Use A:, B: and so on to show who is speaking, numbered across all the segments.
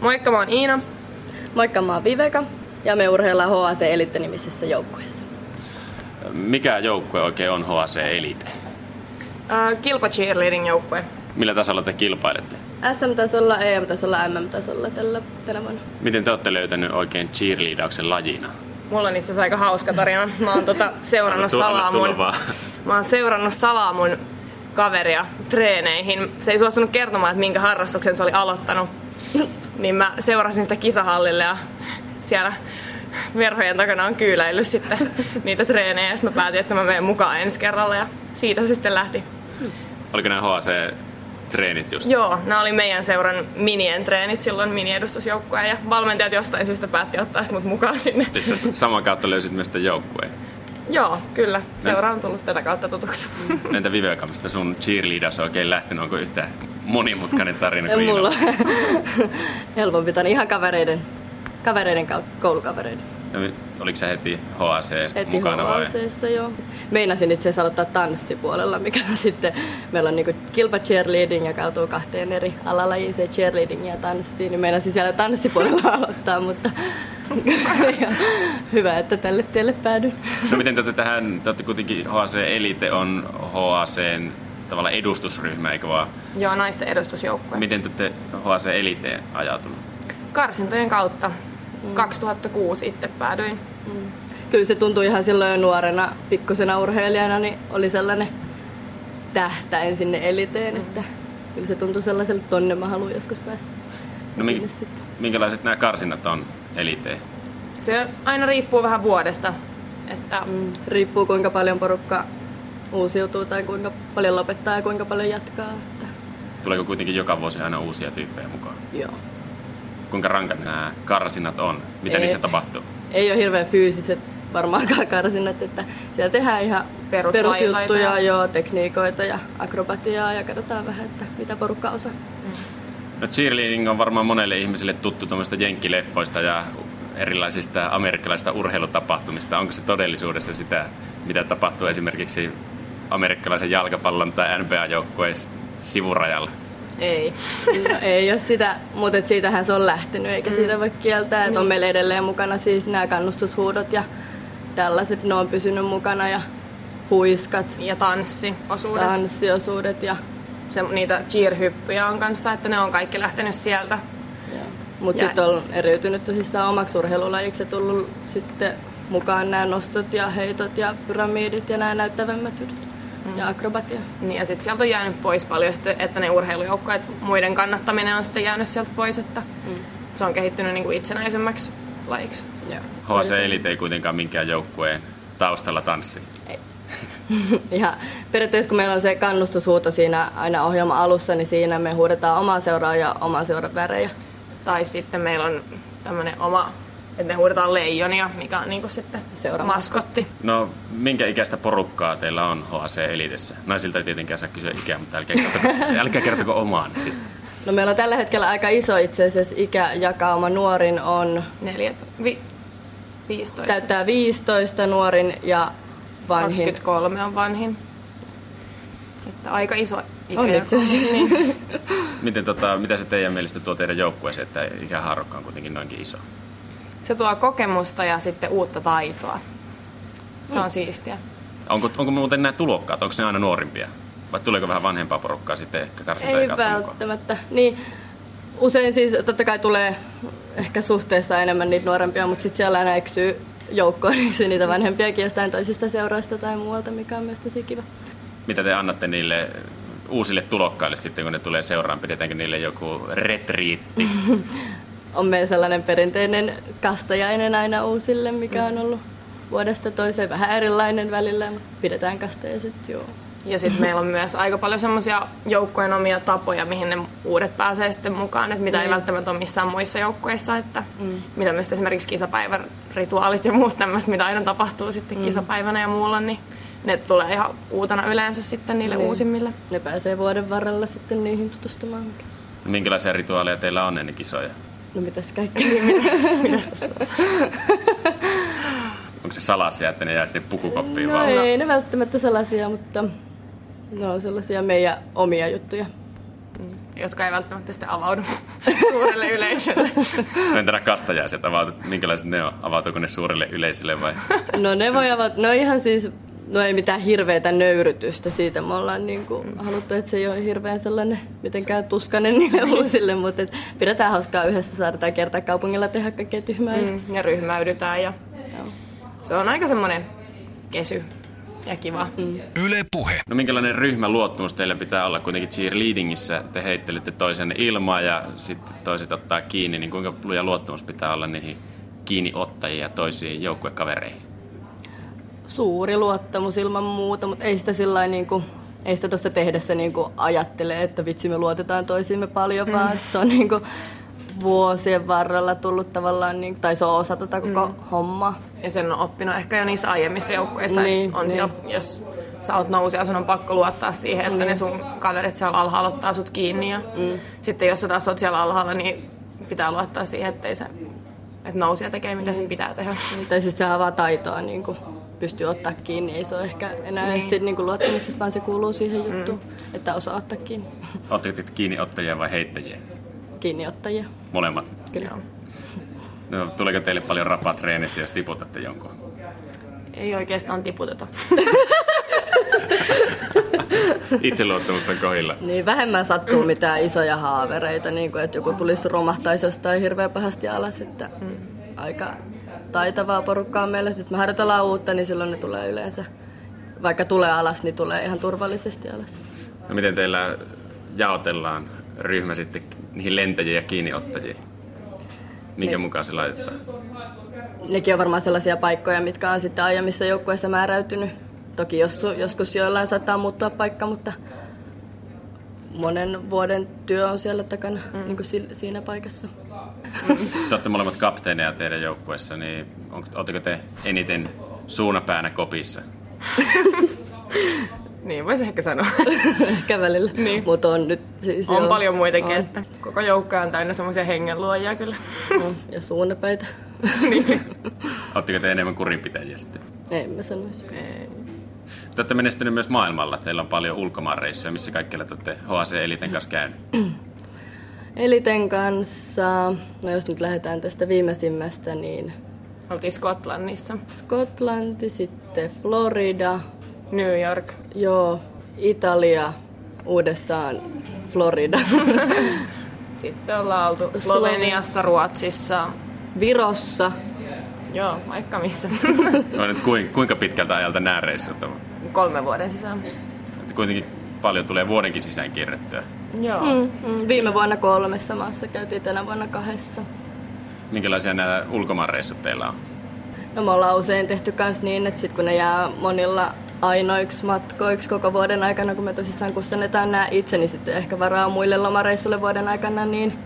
A: Moikka, mä oon Iina.
B: Moikka, mä oon Viveka ja me urheillaan HAC Elite-nimisessä joukkueessa.
C: Mikä joukkue oikein on HAC Elite?
A: Äh, kilpa cheerleading joukkue.
C: Millä tasolla te kilpailette?
B: SM-tasolla, EM-tasolla, MM-tasolla tällä, tänä vuonna.
C: Miten te olette löytänyt oikein cheerleadauksen lajina?
A: Mulla on itse asiassa aika hauska tarina. Mä oon tota seurannut
C: Anna tulla- anna
A: salaa
C: tulla
A: mun,
C: vaan.
A: mä oon seurannut salaa mun kaveria treeneihin. Se ei suostunut kertomaan, että minkä harrastuksen se oli aloittanut. Niin mä seurasin sitä kisahallille ja siellä verhojen takana on kyyläillyt sitten niitä treenejä. Ja sit mä päätin, että mä menen mukaan ensi kerralla ja siitä se sitten lähti.
C: Oliko nämä HAC-treenit just?
A: Joo, nämä oli meidän seuran minien treenit silloin miniedustusjoukkueen ja valmentajat jostain syystä päätti ottaa sit mut mukaan sinne.
C: Siis sä saman kautta löysit myös tämän joukkueen.
A: Joo, kyllä. Seura on tullut tätä kautta tutuksi.
C: Entä Viveka, mistä sun cheerleadaus on oikein lähtenyt? Onko yhtään monimutkainen tarina
B: Ja
C: kuin
B: mulla
C: Iinalla?
B: helpompi tän ihan kavereiden, kavereiden kautta, koulukavereiden.
C: Ja No mi- Oliko sä heti HAC
B: Heti
C: mukana vai?
B: HAC:ssa, joo. Meinasin itse asiassa aloittaa tanssipuolella, mikä on sitten, meillä on niinku kilpa cheerleading, jakautuu kahteen eri alalajiin, se cheerleading ja tanssiin, niin meinasin siellä tanssipuolella aloittaa, mutta hyvä, että tälle tielle päädyin.
C: No miten te olette tähän, te olette kuitenkin HAC Elite on HACn tavallaan edustusryhmä, eikö vaan?
A: Joo, naisten edustusjoukkue.
C: Miten te olette HAC Eliteen ajautunut?
A: Karsintojen kautta. Mm. 2006 itse päädyin.
B: Kyllä se tuntui ihan silloin jo nuorena, pikkusena urheilijana, niin oli sellainen tähtäin sinne eliteen, että kyllä se tuntui sellaiselle, että tonne mä haluan joskus päästä.
C: No,
B: sinne
C: mi-
B: sitten.
C: minkälaiset nämä karsinnat on Eliteen?
A: Se aina riippuu vähän vuodesta. Että
B: Mm, riippuu kuinka paljon porukka uusiutuu tai kuinka paljon lopettaa ja kuinka paljon jatkaa. Että,
C: Tuleeko kuitenkin joka vuosi aina uusia tyyppejä mukaan?
B: joo.
C: Kuinka rankat nämä karsinnat on? Mitä
B: Ei.
C: niissä tapahtuu?
B: Ei ole hirveän fyysiset varmaankaan karsinnat, että siellä tehdään ihan
A: Peruslajeja.
B: perusjuttuja, joo, tekniikoita ja akrobatiaa ja katsotaan vähän, että mitä porukka osaa.
C: No cheerleading on varmaan monelle ihmiselle tuttu tuommoista jenkkileffoista ja erilaisista amerikkalaisista urheilutapahtumista. Onko se todellisuudessa sitä, mitä tapahtuu esimerkiksi amerikkalaisen jalkapallon tai NBA-joukkueen sivurajalla?
A: ei.
B: No ei ole sitä, mutta et siitähän se on lähtenyt, eikä siitä voi kieltää. Että on meillä edelleen mukana siis nämä kannustushuudot ja tällaiset, ne on pysynyt mukana ja huiskat,
A: Ja tanssiosuudet.
B: tanssiosuudet ja
A: Se, niitä cheer-hyppyjä on kanssa, että ne on kaikki lähtenyt sieltä.
B: Mutta
A: Ja-
B: sitten on eriytynyt tosissaan omaksi urheilulajiksi ja tullut sitten mukaan nämä nostot ja heitot ja pyramidit ja nämä näyttävämmät jutut ja akrobatia.
A: Niin, ja sitten sieltä on jäänyt pois paljon, sitten, että ne urheilujoukkueet, muiden kannattaminen on sitten jäänyt sieltä pois, että mm. se on kehittynyt niin kuin itsenäisemmäksi lajiksi.
B: Joo.
C: HC Elite ei kuitenkaan minkään joukkueen taustalla tanssi.
B: Ihan periaatteessa kun meillä on se kannustushuuto siinä aina ohjelman alussa, niin siinä me huudetaan omaa seuraa ja omaa seuran värejä.
A: Tai sitten meillä on tämmöinen oma, että ne huudetaan leijonia, mikä on niin kuin sitten
B: Seura-
A: maskotti.
C: No, minkä ikäistä porukkaa teillä on HC Elitessä? Naisilta ei tietenkään saa kysyä ikää, mutta älkää kertoko, älkää kertoko omaan.
B: No meillä on tällä hetkellä aika iso itse asiassa ikäjakauma. Nuorin on,
A: Neljät, vi, 15,
B: täyttää 15 nuorin ja vanhin
A: 23 on vanhin. Että aika iso ikä.
B: On itse asiassa.
A: Niin.
C: Miten tota, mitä se teidän mielestä tuo teidän joukkueeseen, että ikähaarukka on kuitenkin noinkin iso?
A: Se tuo kokemusta ja sitten uutta taitoa. Se on siistiä.
C: Onko, onko muuten nämä tulokkaat, onko ne aina nuorimpia? Vai tuleeko vähän vanhempaa porukkaa sitten ehkä karsinta
B: Ei välttämättä. Niin, usein siis totta kai tulee ehkä suhteessa enemmän niitä nuorempia, mutta sitten siellä aina eksyy joukkoon eksyy niitä vanhempiakin jostain toisista seuroista tai muualta, mikä on myös tosi kiva.
C: Mitä te annatte niille uusille tulokkaille sitten, kun ne tulee seuraan? Pidetäänkö niille joku retriitti?
B: On meillä sellainen perinteinen kastajainen aina uusille, mikä on ollut vuodesta toiseen vähän erilainen välillä, mutta pidetään kastajaiset, joo.
A: Ja sitten meillä on myös aika paljon semmoisia joukkojen omia tapoja, mihin ne uudet pääsee sitten mukaan, että mitä ei
B: Niin.
A: välttämättä ole missään muissa joukkoissa, että
B: Mm.
A: mitä myös esimerkiksi kisapäivän rituaalit ja muut tämmöiset, mitä aina tapahtuu
B: Mm.
A: sitten kisapäivänä ja muulla, niin ne tulee ihan uutena yleensä sitten niille
B: Niin.
A: uusimmille.
B: Ne pääsee vuoden varrella sitten niihin tutustumaan. Mm.
C: Minkälaisia rituaaleja teillä on ennen kisoja?
B: No mitäs kaikkea.
C: Onko se salaisia, että ne jää sinne pukukoppiin
B: No
C: vaan?
B: ei ne välttämättä sellaisia, mutta ne on sellaisia meidän omia juttuja.
A: jotka ei välttämättä sitten avaudu suurelle yleisölle.
C: No entä nämä kastajaiset, avautu, minkälaiset ne on? Avautuuko ne suurelle yleisölle vai?
B: No ne voi avata, no ihan siis, no ei mitään hirveätä nöyrytystä siitä. Me ollaan niin kuin haluttu, että se ei ole hirveän sellainen mitenkään tuskanen niille uusille, mutta et pidetään hauskaa yhdessä, saadaan kertaa kaupungilla tehdä kaikkea tyhmää. Mm.
A: Mm, ja ryhmäydytään ja se on aika semmoinen kesy ja kiva. Mm.
D: Yle Puhe.
C: No minkälainen ryhmäluottamus teillä pitää olla? Kuitenkin cheerleadingissä te heittelette toisen ilmaa ja sitten toiset ottaa kiinni. Niin kuinka luja luottamus pitää olla niihin kiinniottajiin ja toisiin joukkuekavereihin?
B: Suuri luottamus ilman muuta, mutta ei sitä sillä niin kuin, ei sitä tuossa tehdessä niin kuin ajattele, että vitsi me luotetaan toisiimme paljon, vaan että se on niin kuin vuosien varrella tullut tavallaan, niin, tai se on osa tota koko mm. hommaa.
A: Ja sen on oppinut ehkä jo niissä aiemmissa joukkueissa.
B: Niin,
A: Niin, on
B: niin.
A: niin. Siellä, jos sä oot nousija, sun on pakko luottaa siihen, että niin. ne sun kaverit siellä alhaalla ottaa sut kiinni. Ja mm. Sitten jos sä taas oot siellä alhaalla, niin pitää luottaa siihen, ettei se, että nousija tekee mitä sen pitää tehdä.
B: Tai siis sehän vaan taitoa niin kuin pystyy ottaa kiinni, ei se ole ehkä enää niin. sit, niin kuin luottamuksesta, vaan se kuuluu siihen juttuun, mm. että osaa ottaa kiinni.
C: Oletteko te kiinniottajia vai heittäjiä?
B: kiinniottajia.
C: Molemmat.
B: Kyllä.
C: No, tuleeko teille paljon rapaa treenissä, jos tiputatte jonkun?
A: Ei oikeastaan tiputeta.
C: Itseluottamus on kohilla.
B: Niin vähemmän sattuu mitään isoja haavereita, niin kuin, että joku tulisi romahtaisi jostain hirveän pahasti alas, että
A: Mm.
B: aika taitavaa porukkaa meillä. Sitten me harjoitellaan uutta, niin silloin ne tulee yleensä, vaikka tulee alas, niin tulee ihan turvallisesti alas.
C: No, miten teillä jaotellaan ryhmä sitten niihin lentäjiin ja kiinniottajiin? Minkä mukaan se laitetaan?
B: Nekin on varmaan sellaisia paikkoja, mitkä on sitten aiemmissa joukkueissa määräytynyt. Toki jos, joskus joillain saattaa muuttua paikka, mutta monen vuoden työ on siellä takana, mm. niin kuin si- siinä paikassa.
C: Te olette molemmat kapteeneja teidän joukkueessa, niin onko, oletteko te eniten suunapäänä kopissa?
A: niin voisi ehkä sanoa.
B: ehkä välillä. Niin. Mutta on nyt siis
A: on
B: joo,
A: paljon muitakin,
B: on.
A: että koko joukko on täynnä semmoisia hengenluojia kyllä.
B: On. No, Ja suunnapäitä.
C: Oletteko te enemmän kurinpitäjiä sitten?
B: Ei mä sanoisi.
C: Te olette menestynyt myös maailmalla. Teillä on paljon ulkomaanreissuja. Missä kaikkialla te olette HC Eliten kanssa käynyt?
B: Eliten kanssa, no jos nyt lähdetään tästä viimeisimmästä, niin
A: Oltiin Skotlannissa,
B: Skotlanti, sitten Florida,
A: New York,
B: joo, Italia, uudestaan Florida,
A: sitten ollaan oltu Sloveniassa, Ruotsissa,
B: Virossa,
A: joo, vaikka missä.
C: No, nyt kuin- kuinka pitkältä ajalta nämä reissut on?
A: Kolmen vuoden sisään.
C: Että kuitenkin paljon tulee vuodenkin sisään kierrettyä.
A: Joo. Mm.
B: Mm, viime vuonna kolmessa maassa, käytiin tänä vuonna kahdessa.
C: Minkälaisia nämä ulkomaanreissut teillä on?
B: No me ollaan usein tehty kans niin, että sit kun ne jää monilla ainoiksi matkoiksi koko vuoden aikana, kun me tosissaan kustannetaan nämä itse, niin sitten ehkä varaa muille lomareissuille vuoden aikana, niin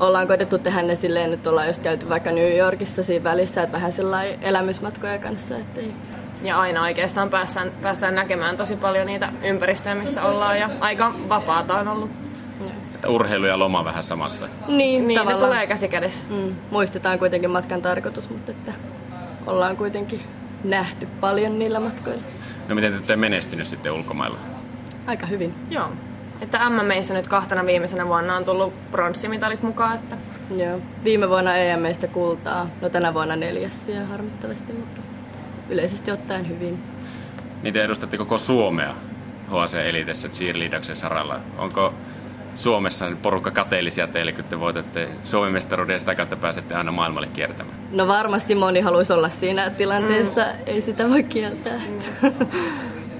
B: ollaan koitettu tehdä ne silleen, että ollaan just käyty vaikka New Yorkissa siinä välissä, että vähän sellainen elämysmatkoja kanssa, ettei.
A: Ja aina oikeastaan päästään, päästään näkemään tosi paljon niitä ympäristöjä, missä ollaan ja aika vapaata on ollut.
C: Että urheilu ja loma vähän samassa.
B: Niin,
A: Niin, ne
B: tavallaan.
A: tulee käsi kädessä.
B: Mm, muistetaan kuitenkin matkan tarkoitus, mutta että ollaan kuitenkin nähty paljon niillä matkoilla.
C: No miten te olette menestynyt sitten ulkomailla?
B: Aika hyvin.
A: Joo. Että MMEissä nyt kahtena viimeisenä vuonna on tullut pronssimitalit mukaan, että
B: Joo. Viime vuonna EM-meistä kultaa, no tänä vuonna neljäs ja harmittavasti, mutta yleisesti ottaen hyvin.
C: Niin te edustatte koko Suomea HC Elitessä cheerleadaksen saralla. Onko Suomessa porukka kateellisia teille, kun te voitatte Suomen mestaruuden ja sitä kautta pääsette aina maailmalle kiertämään?
B: No varmasti moni haluaisi olla siinä tilanteessa, mm. ei sitä voi kieltää.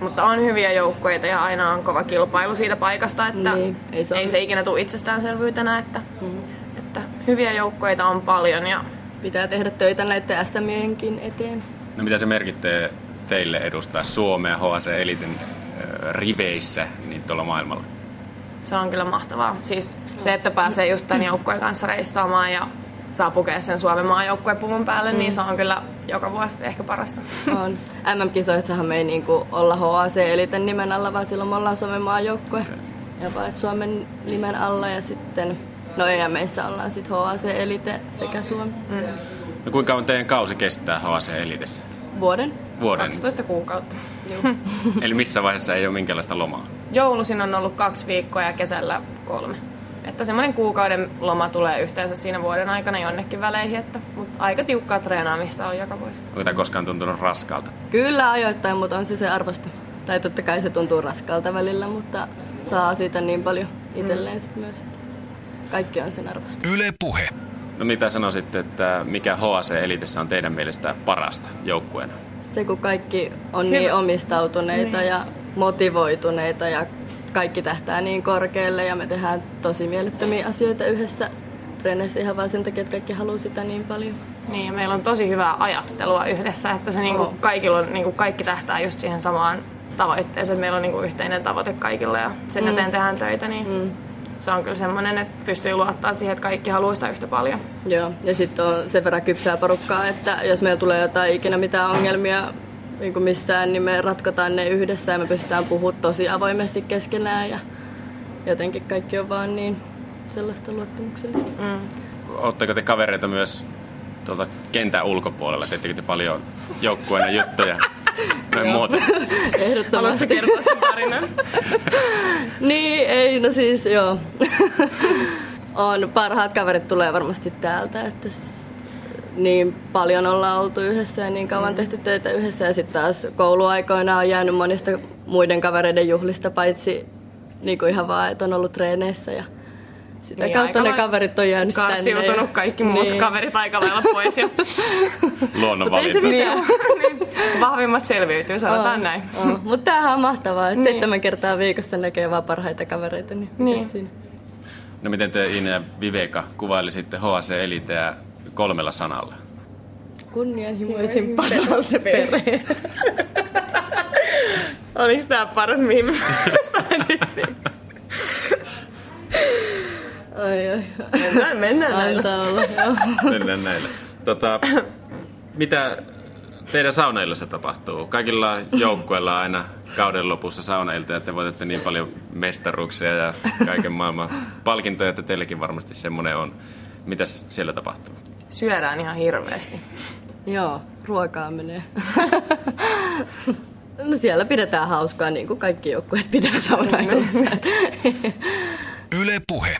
A: Mutta on hyviä joukkueita ja aina on kova kilpailu siitä paikasta, että
B: Niin, ei
A: ei
B: se
A: se,
B: ole-
A: ei se ikinä tule itsestäänselvyytenä, että, mm. että hyviä joukkueita on paljon ja
B: Pitää tehdä töitä näiden SM-jenkin eteen.
C: No mitä se merkittää teille edustaa Suomea HC Elitin äh, riveissä niin tuolla maailmalla?
A: se on kyllä mahtavaa. Siis se, että pääsee just tämän joukkueen kanssa reissaamaan ja saa pukea sen Suomen maajoukkuepuvun päälle, mm. niin se on kyllä joka vuosi ehkä parasta.
B: On. MM-kisoissahan me ei niinku olla HAC eliten nimen alla, vaan silloin me ollaan Suomen maajoukkue. Okay. Ja vaan et Suomen nimen alla ja sitten, no EM-meissä ollaan sitten HAC elite sekä Suomen
C: No kuinka kauan teidän kausi kestää HC Elitessä?
B: vuoden.
C: Vuoden.
A: 12 kuukautta.
C: Eli missä vaiheessa ei ole minkäänlaista lomaa.
A: Joulusin on ollut kaksi viikkoa ja kesällä kolme. Että semmoinen kuukauden loma tulee yhteensä siinä vuoden aikana jonnekin väleihin, että, mutta aika tiukkaa treenaamista on joka vuosi.
C: Onko tämä koskaan tuntunut raskaalta?
B: Kyllä ajoittain, mutta on se se arvosta. Tai totta kai se tuntuu raskalta välillä, mutta saa siitä niin paljon itselleen sit myös, että kaikki on sen arvosta.
D: Yle Puhe.
C: No mitä sanoisit, että mikä HC Elitessä on teidän mielestä parasta joukkueena?
B: Se, kun kaikki on niin omistautuneita
A: Niin.
B: ja motivoituneita ja kaikki tähtää niin korkealle ja me tehdään tosi mielettömiä asioita yhdessä treeneissä ihan vaan sen takia, että kaikki haluaa sitä niin paljon.
A: Niin, ja meillä on tosi hyvää ajattelua yhdessä, että se niinku,
B: On.
A: kaikilla on, niinku, kaikki tähtää just siihen samaan tavoitteeseen, että meillä on niinku, yhteinen tavoite kaikilla ja sen mm. eteen tehdään töitä, niin mm. se on kyllä semmoinen, että pystyy luottaa siihen, että kaikki haluaa sitä yhtä paljon.
B: Joo, ja sitten on sen verran kypsää porukkaa, että jos meillä tulee jotain ikinä mitään ongelmia niin kuin missään, niin me ratkotaan ne yhdessä ja me pystytään puhumaan tosi avoimesti keskenään ja jotenkin kaikki on vaan niin sellaista luottamuksellista.
C: Oletteko te kavereita myös tuolta kentän ulkopuolella? Teettekö te paljon joukkueena juttuja? No en muuta.
A: Haluatko
B: Ehdottomasti.
A: kertoa sen tarinan?
B: Niin, ei, no siis joo. on, parhaat kaverit tulee varmasti täältä, että s- niin paljon ollaan oltu yhdessä ja niin
A: Mm.
B: kauan tehty töitä yhdessä. Ja sitten taas kouluaikoina on jäänyt monista muiden kavereiden juhlista, paitsi niin kuin ihan vaan, että on ollut treeneissä ja
A: Niin,
B: sitä niin, kautta
A: aika
B: ne
A: lailla
B: kaverit on jäänyt tänne. ja-
A: Karsiutunut kaikki muut niin. kaverit aika lailla pois ja
C: Luonnonvalinta.
B: Mutta ei se
A: niin, Oh. niin, vahvimmat selviytyy, sanotaan
B: On,
A: näin.
B: on. Mutta tämähän on mahtavaa, että
A: Niin.
B: niin. seitsemän kertaa viikossa näkee vaan parhaita kavereita. Niin,
A: Niin.
B: niin. Siinä?
C: No miten te Ine ja Viveka kuvailisitte HC Eliteä kolmella sanalla?
B: Kunnianhimoisin
A: Niin.
B: parhaus perhe.
A: Oliko tämä paras, mihin me
B: Ai, ai, ai.
A: mennään? Mennään näin.
B: Antaa olla, joo.
C: Mennään näillä. Tota, mitä teidän saunaillassa tapahtuu? Kaikilla joukkueilla on aina kauden lopussa saunailta ja te voitatte niin paljon mestaruuksia ja kaiken maailman palkintoja, että teilläkin varmasti semmoinen on. Mitäs siellä tapahtuu?
A: Syödään ihan hirveästi.
B: Joo, ruokaa menee. no siellä pidetään hauskaa, niin kuin kaikki joukkueet pitää saunaa.
D: Yle Puhe.